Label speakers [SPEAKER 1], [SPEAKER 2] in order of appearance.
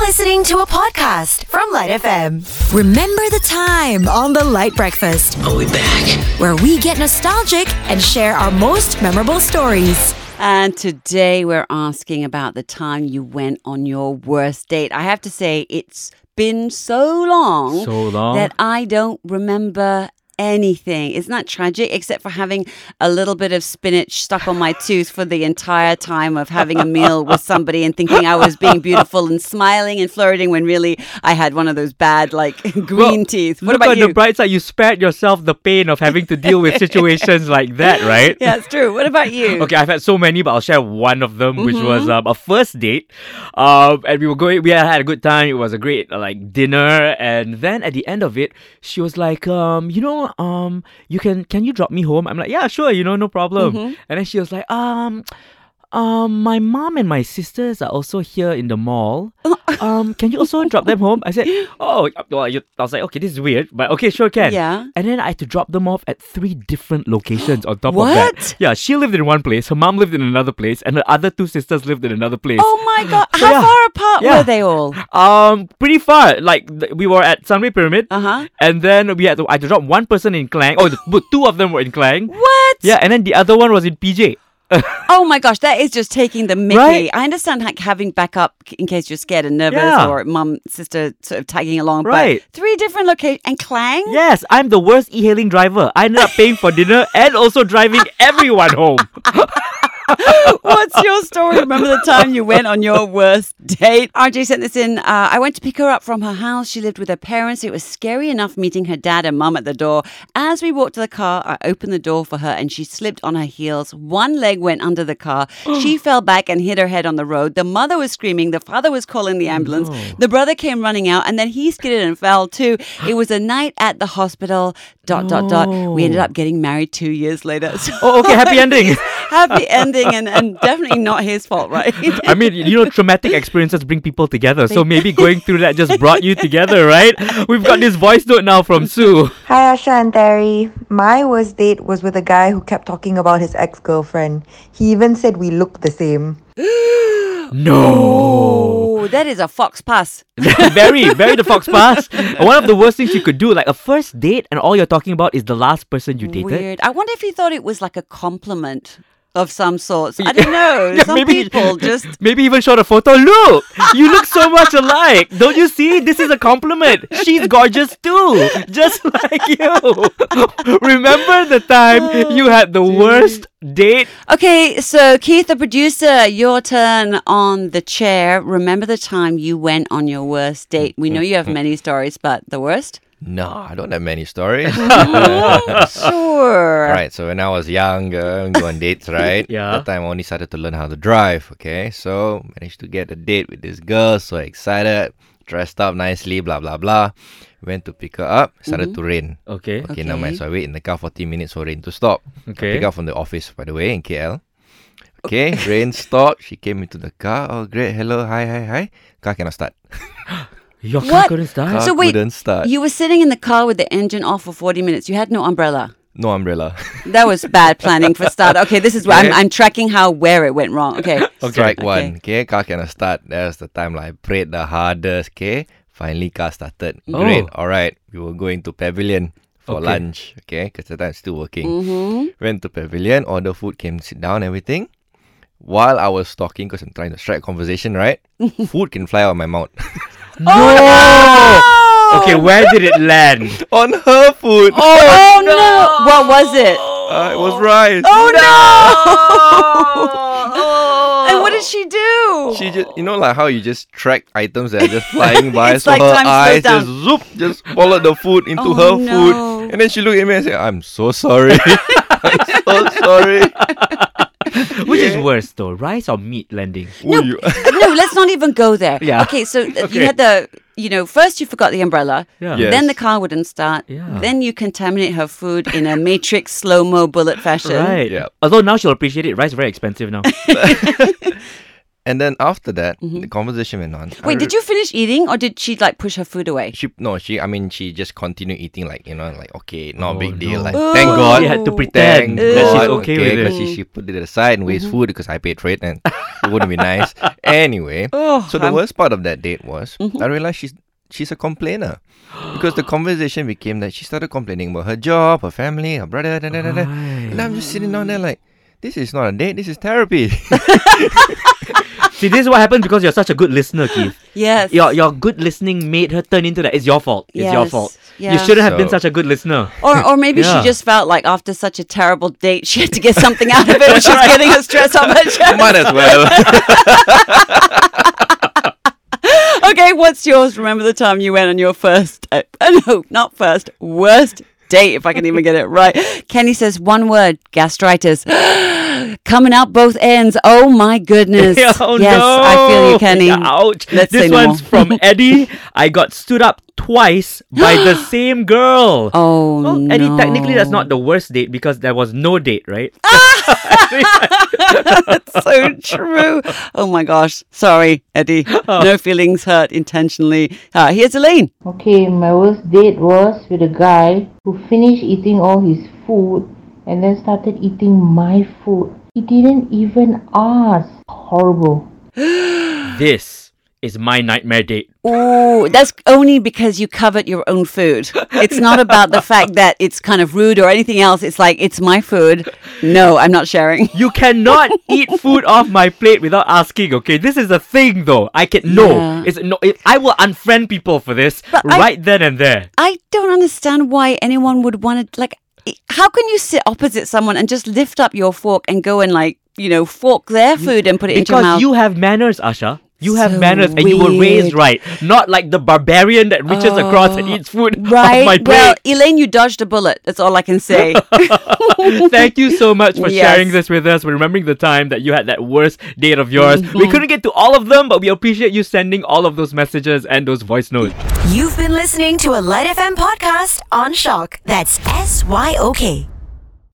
[SPEAKER 1] listening to a podcast from Light FM. Remember the time on the Light Breakfast,
[SPEAKER 2] Are we back?
[SPEAKER 1] where we get nostalgic and share our most memorable stories.
[SPEAKER 3] And today we're asking about the time you went on your worst date. I have to say, it's been so long,
[SPEAKER 4] So long.
[SPEAKER 3] that I don't remember anything. Isn't that tragic? Except for having a little bit of spinach stuck on my tooth for the entire time of having a meal with somebody and thinking I was being beautiful and smiling and flirting when really I had one of those bad, like, green
[SPEAKER 4] Well,
[SPEAKER 3] teeth. What
[SPEAKER 4] Look
[SPEAKER 3] about
[SPEAKER 4] on
[SPEAKER 3] you?
[SPEAKER 4] the bright side, you spared yourself the pain of having to deal with situations like that, right?
[SPEAKER 3] yeah, it's true. What about you?
[SPEAKER 4] Okay, I've had so many, but I'll share one of them, which was um,
[SPEAKER 3] Mm-hmm.
[SPEAKER 4] a first date. Um, and we were going, we had had a good time. It was a great uh, like dinner, and then at the end of it, she was like, um, you know, um, you can can you drop me home? I'm like, yeah, sure, you know, no problem.
[SPEAKER 3] Mm-hmm.
[SPEAKER 4] And then she was like, um. Um, my mom and my sisters are also here in the mall. Um, can you also drop them home? I said, oh, well, you, I was like, okay, this is weird, but okay, sure can.
[SPEAKER 3] Yeah.
[SPEAKER 4] And then I had to drop them off at three different locations on top of
[SPEAKER 3] What?
[SPEAKER 4] that. Yeah, she lived in one place, her mom lived in another place, and her other two sisters lived in another place.
[SPEAKER 3] Oh my God.
[SPEAKER 4] So,
[SPEAKER 3] How
[SPEAKER 4] yeah.
[SPEAKER 3] far apart
[SPEAKER 4] Yeah.
[SPEAKER 3] were they all?
[SPEAKER 4] Um, pretty far. Like th- we were at Sunway Pyramid,
[SPEAKER 3] Uh-huh.
[SPEAKER 4] and then we had to I had to drop one person in Klang. Oh, the, but two of them were in Klang.
[SPEAKER 3] What?
[SPEAKER 4] Yeah, and then the other one was in PJ.
[SPEAKER 3] Oh my gosh, that is just taking the mickey.
[SPEAKER 4] Right?
[SPEAKER 3] I understand like having backup c- in case you're scared and nervous
[SPEAKER 4] Yeah.
[SPEAKER 3] or mum, sister sort of tagging along.
[SPEAKER 4] Right.
[SPEAKER 3] But three different locations and clang?
[SPEAKER 4] Yes, I'm the worst e-hailing driver. I ended up paying for dinner and also driving everyone home.
[SPEAKER 3] What's your story? Remember the time you went on your worst date? RJ sent this in. Uh, I went to pick her up from her house. She lived with her parents. It was scary enough meeting her dad and mum at the door. As we walked to the car, I opened the door for her and she slipped on her heels. One leg went under the car. she fell back and hit her head on the road. The mother was screaming. The father was calling the ambulance. The brother came running out and then he skidded and fell too. It was a night at the hospital. Dot, dot, dot. We ended up getting married two years later. So-
[SPEAKER 4] Oh, okay, happy ending.
[SPEAKER 3] happy ending and, and definitely not his fault, right?
[SPEAKER 4] I mean, you know, traumatic experiences bring people together. So maybe going through that just brought you together, right? We've got this voice note now from Sue.
[SPEAKER 5] Hi, Asha and Terry. My worst date was with a guy who kept talking about his ex girlfriend. He even said we looked the same.
[SPEAKER 4] No.
[SPEAKER 3] Oh, that is a fox pass.
[SPEAKER 4] very, very the fox pass. One of the worst things you could do, like a first date, and all you're talking about is the last person you dated.
[SPEAKER 3] Weird. I wonder if he thought it was like a compliment of some sorts. I don't know.
[SPEAKER 4] Yeah,
[SPEAKER 3] some people just.
[SPEAKER 4] maybe even shot a photo. Look, you look so much alike. Don't you see? This is a compliment. She's gorgeous too, just like you. Remember the
[SPEAKER 3] Oh,
[SPEAKER 4] time you had the worst date?
[SPEAKER 3] Okay, so Keith, the producer, your turn on the chair. Remember the time you went on your worst date? We know you have many stories, but the worst?
[SPEAKER 2] No, I don't have many stories.
[SPEAKER 3] Sure.
[SPEAKER 2] Right, so when I was younger, go on dates, right?
[SPEAKER 4] Yeah.
[SPEAKER 2] That time I only started to learn how to drive, okay? So managed to get a date with this girl, so excited, dressed up nicely, blah blah blah. Went to pick her up, started to rain.
[SPEAKER 4] Okay.
[SPEAKER 2] Okay, now
[SPEAKER 3] Okay.
[SPEAKER 2] mind. So I wait in the car 40 minutes for rain to stop. I
[SPEAKER 4] Okay.
[SPEAKER 2] pick up from the office, by the way, in KL. Okay, rain stopped. She came into the car. Oh, great. Hello. Hi, hi, hi. Car cannot start.
[SPEAKER 4] Your car
[SPEAKER 3] What?
[SPEAKER 4] couldn't start.
[SPEAKER 2] Car
[SPEAKER 3] So wait,
[SPEAKER 2] couldn't start.
[SPEAKER 3] You were sitting in the car with the engine off for 40 minutes. You had no umbrella.
[SPEAKER 2] No umbrella.
[SPEAKER 3] That was bad planning for start. Okay, this is where I'm,
[SPEAKER 2] Yeah.
[SPEAKER 3] I'm tracking how where it went wrong. Okay. Okay.
[SPEAKER 2] Strike one. Okay, car cannot start. That's the time like I prayed the hardest. Okay, finally car started.
[SPEAKER 4] Oh.
[SPEAKER 2] Great. All right, we were going to Pavilion
[SPEAKER 4] Okay.
[SPEAKER 2] for lunch. Okay, because the time still working. Went to Pavilion, order food, came sit down, everything. While I was talking, because I'm trying to strike conversation, right? food can fly out of my mouth.
[SPEAKER 4] Oh, No. Okay, where did it land?
[SPEAKER 2] On her food. Oh.
[SPEAKER 3] Oh no! What was it?
[SPEAKER 2] Uh, it was rice.
[SPEAKER 3] And what did she do?
[SPEAKER 2] She just, you know, like how you just track items that are just flying by.
[SPEAKER 3] It's
[SPEAKER 2] so
[SPEAKER 3] like
[SPEAKER 2] her
[SPEAKER 3] time slows
[SPEAKER 2] eyes
[SPEAKER 3] down.
[SPEAKER 2] just zoop, just followed the food into
[SPEAKER 3] Oh,
[SPEAKER 2] her
[SPEAKER 3] no.
[SPEAKER 2] food. And then she looked at me and said, I'm so sorry. I'm so sorry.
[SPEAKER 4] Which is worse though, rice or meat landing?
[SPEAKER 2] Ooh, you-
[SPEAKER 3] no, let's not even go there.
[SPEAKER 4] Yeah.
[SPEAKER 3] Okay, so uh, you had the, you know, first you forgot the umbrella.
[SPEAKER 4] Yeah.
[SPEAKER 2] Yes.
[SPEAKER 3] Then the car wouldn't start.
[SPEAKER 4] Yeah.
[SPEAKER 3] Then you contaminate her food in a matrix slow mo bullet fashion.
[SPEAKER 4] Right.
[SPEAKER 2] Yeah.
[SPEAKER 4] Although now she'll appreciate it. Rice is very expensive now.
[SPEAKER 2] And then after that, the conversation went on.
[SPEAKER 3] Mm-hmm. Wait, did you finish eating or did she like push her food away?
[SPEAKER 2] She no, she. I mean, she just continued eating. Like you know, like okay, not a
[SPEAKER 4] Oh,
[SPEAKER 2] big deal.
[SPEAKER 4] no.
[SPEAKER 2] Like thank God,
[SPEAKER 4] She had to
[SPEAKER 2] thank
[SPEAKER 4] pretend that
[SPEAKER 2] God.
[SPEAKER 4] she's okay, with it.
[SPEAKER 2] because she, she put it aside and
[SPEAKER 3] Mm-hmm.
[SPEAKER 2] waste food because I paid for it and it wouldn't be nice. Anyway,
[SPEAKER 3] Oh,
[SPEAKER 2] so the
[SPEAKER 3] I'm-
[SPEAKER 2] worst part of that date was I realized she's she's a complainer because the conversation became that she started complaining about her job, her family, her brother, da, da, da, da. and I'm just sitting down there like. This is not a date. This is therapy.
[SPEAKER 4] See, this is what happens because you're such a good listener, Keith.
[SPEAKER 3] Yes.
[SPEAKER 4] Your your good listening made her turn into that. It's your fault. It's your
[SPEAKER 3] Yes,
[SPEAKER 4] fault.
[SPEAKER 3] yeah.
[SPEAKER 4] You shouldn't have been
[SPEAKER 2] So-
[SPEAKER 4] such a good listener.
[SPEAKER 3] Or, or maybe
[SPEAKER 4] Yeah.
[SPEAKER 3] she just felt like after such a terrible date, she had to get something out of it, which is getting her stress off her chest.
[SPEAKER 2] Might as well.
[SPEAKER 3] Okay, what's yours? Remember the time you went on your first, uh, uh, no, not first, worst date, if I can even get it right. Kenny says one word, gastritis. Coming out both ends. Oh my goodness.
[SPEAKER 4] oh
[SPEAKER 3] yes,
[SPEAKER 4] no!
[SPEAKER 3] I feel you, Kenny.
[SPEAKER 4] Ouch!
[SPEAKER 3] Let's say
[SPEAKER 4] this
[SPEAKER 3] no more.
[SPEAKER 4] one's from Eddie. I got stood up twice by the same girl.
[SPEAKER 3] Oh
[SPEAKER 4] Well,
[SPEAKER 3] no. Ah!
[SPEAKER 4] Eddie, technically that's not the worst date because there was no date, right?
[SPEAKER 3] so true. Oh my gosh. Sorry, Eddie.
[SPEAKER 4] Oh.
[SPEAKER 3] No feelings hurt intentionally. Uh, here's Elaine.
[SPEAKER 6] Okay, my worst date was with a guy who finished eating all his food and then started eating my food. He didn't even ask. Horrible.
[SPEAKER 4] This is my nightmare date.
[SPEAKER 3] Oh, that's only because you covet your own food. It's not about the fact that it's kind of rude or anything else. It's like, it's my food. No, I'm not sharing.
[SPEAKER 4] You cannot eat food off my plate without asking. Okay, this is a thing though. I can no.
[SPEAKER 3] Yeah.
[SPEAKER 4] It's no. It, I will unfriend people for this
[SPEAKER 3] I-
[SPEAKER 4] right then and there.
[SPEAKER 3] I don't understand why anyone would want to, like, i- how can you sit opposite someone and just lift up your fork and go and, like, you know, fork their food and put it into your mouth?
[SPEAKER 4] Because you have manners, Asha. You have
[SPEAKER 3] So
[SPEAKER 4] manners, and you were raised
[SPEAKER 3] weird. Oh.
[SPEAKER 4] right. Not like the barbarian that reaches across and eats food
[SPEAKER 3] right?
[SPEAKER 4] off my
[SPEAKER 3] well,
[SPEAKER 4] plate.
[SPEAKER 3] Elaine, you dodged a bullet. That's all I can say.
[SPEAKER 4] Thank you so much for
[SPEAKER 3] Yes.
[SPEAKER 4] sharing this with us. We're remembering the time that you had that worst date of yours. We
[SPEAKER 3] Mm-hmm.
[SPEAKER 4] couldn't get to all of them, but we appreciate you sending all of those messages and those voice notes.
[SPEAKER 1] You've been listening to a Light FM podcast on Shock. That's S Y O K.